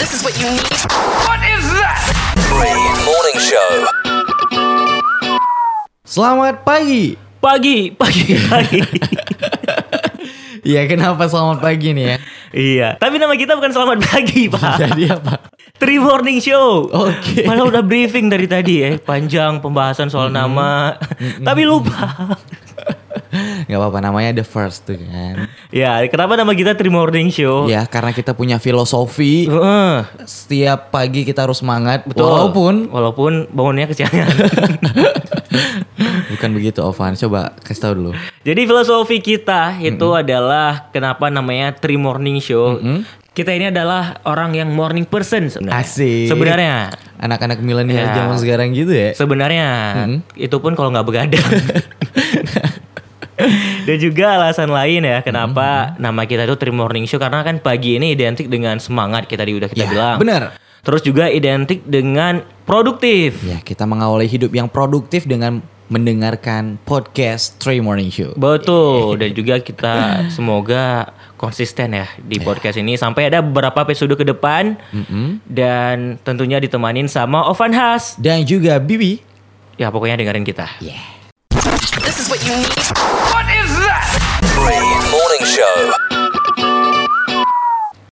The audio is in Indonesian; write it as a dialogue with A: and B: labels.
A: This is what you need.
B: Free Morning Show.
C: Selamat pagi.
D: Pagi, pagi, pagi.
C: Ya kenapa selamat pagi nih ya?
D: iya. Tapi nama kita bukan selamat pagi, Pak.
C: Jadi apa?
D: Three Morning Show.
C: Oke.
D: Malah udah briefing dari tadi ya, panjang pembahasan soal nama. Tapi lupa.
C: Gak apa-apa namanya the first tuh kan.
D: ya, kenapa nama kita Three Morning Show?
C: Ya karena kita punya filosofi
D: Heeh.
C: setiap pagi kita harus semangat
D: Betul.
C: walaupun
D: walaupun bangunnya kesiangan.
C: bukan begitu Ovan coba kasih tahu dulu.
D: Jadi filosofi kita itu adalah kenapa namanya Three Morning Show. Kita ini adalah orang yang morning person sebenarnya.
C: Asik.
D: Sebenarnya.
C: Anak-anak milenial
D: Ya.
C: zaman sekarang gitu ya.
D: Sebenarnya itu pun kalau nggak begadang. Dan juga alasan lain ya
C: Mm-hmm.
D: kenapa nama kita itu Three Morning Show karena kan pagi ini identik dengan semangat kita tadi udah kita
C: Ya,
D: bilang.
C: benar.
D: Terus juga identik dengan produktif.
C: Ya kita mengawali hidup yang produktif dengan mendengarkan podcast Three Morning Show.
D: Betul. Dan juga kita semoga konsisten ya di podcast ini sampai ada beberapa episode ke depan.
C: Mm.
D: Dan tentunya ditemanin sama Ovan Has.
C: Dan juga Bibi.
D: Ya pokoknya dengerin kita.
C: Yeah.
A: This is what you need.
B: Free Morning Show.